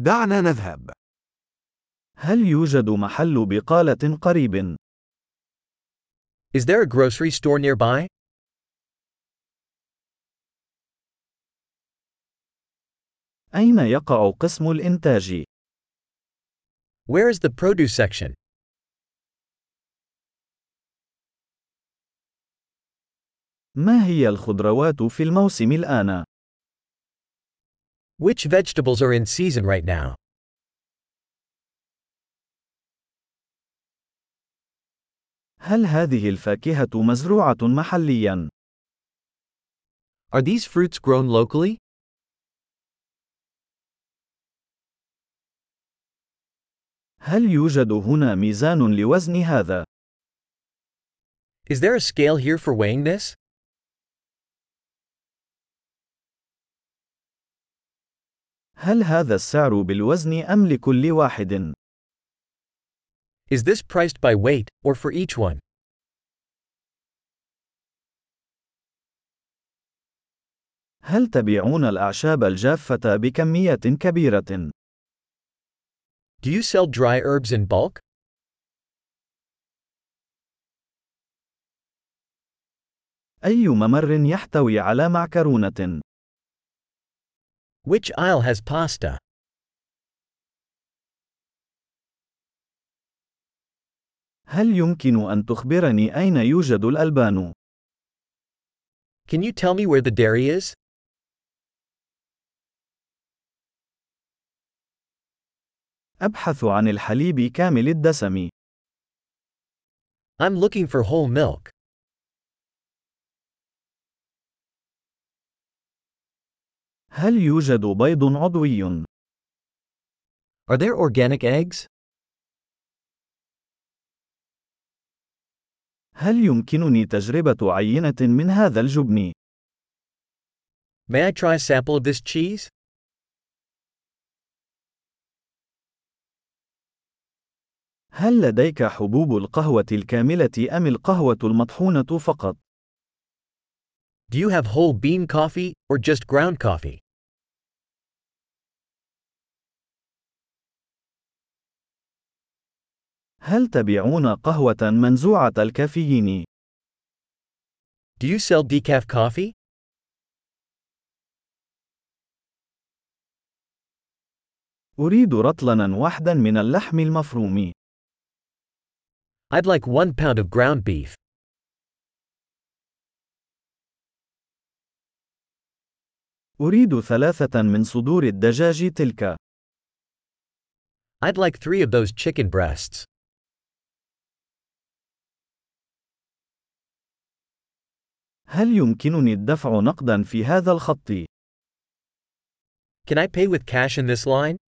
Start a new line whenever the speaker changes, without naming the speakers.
دعنا نذهب.
هل يوجد محل بقالة قريب؟
Is there a grocery store nearby?
أين يقع قسم الإنتاج؟
Where is the produce section?
ما هي الخضروات في الموسم الآن؟
Which vegetables are in season right now?
هل هذه الفاكهة مزروعة محلياً؟
Are these fruits grown locally?
هل يوجد هنا ميزان لوزن هذا؟
Is there a scale here for weighing this?
هل هذا السعر بالوزن أم لكل واحد؟
Is this priced by weight, or for each one?
هل تبيعون الأعشاب الجافة بكمية كبيرة؟
Do you sell dry herbs in bulk?
أي ممر يحتوي على معكرونة؟
Which aisle has pasta?
هل يمكن أن تخبرني أين يوجد الألبان؟
Can you tell me where the dairy is?
أبحث عن الحليب كامل الدسم.
I'm looking for whole milk.
هل يوجد بيض عضوي؟
Are there organic eggs?
هل يمكنني تجربة عينة من هذا الجبن؟
May I try a sample of this cheese?
هل لديك حبوب القهوة الكاملة أم القهوة المطحونة فقط؟
Do you have whole bean coffee, or just ground coffee?
هل تبيعون قهوة منزوعة الكافيين؟
Do you sell decaf coffee?
أريد رطلنا واحدا من اللحم المفروم.
I'd like one pound of ground beef.
أريد ثلاثة من صدور الدجاج تلك.
I'd like three of those chicken breasts.
هل يمكنني الدفع نقدا في هذا الخط؟
Can I pay with cash in this line?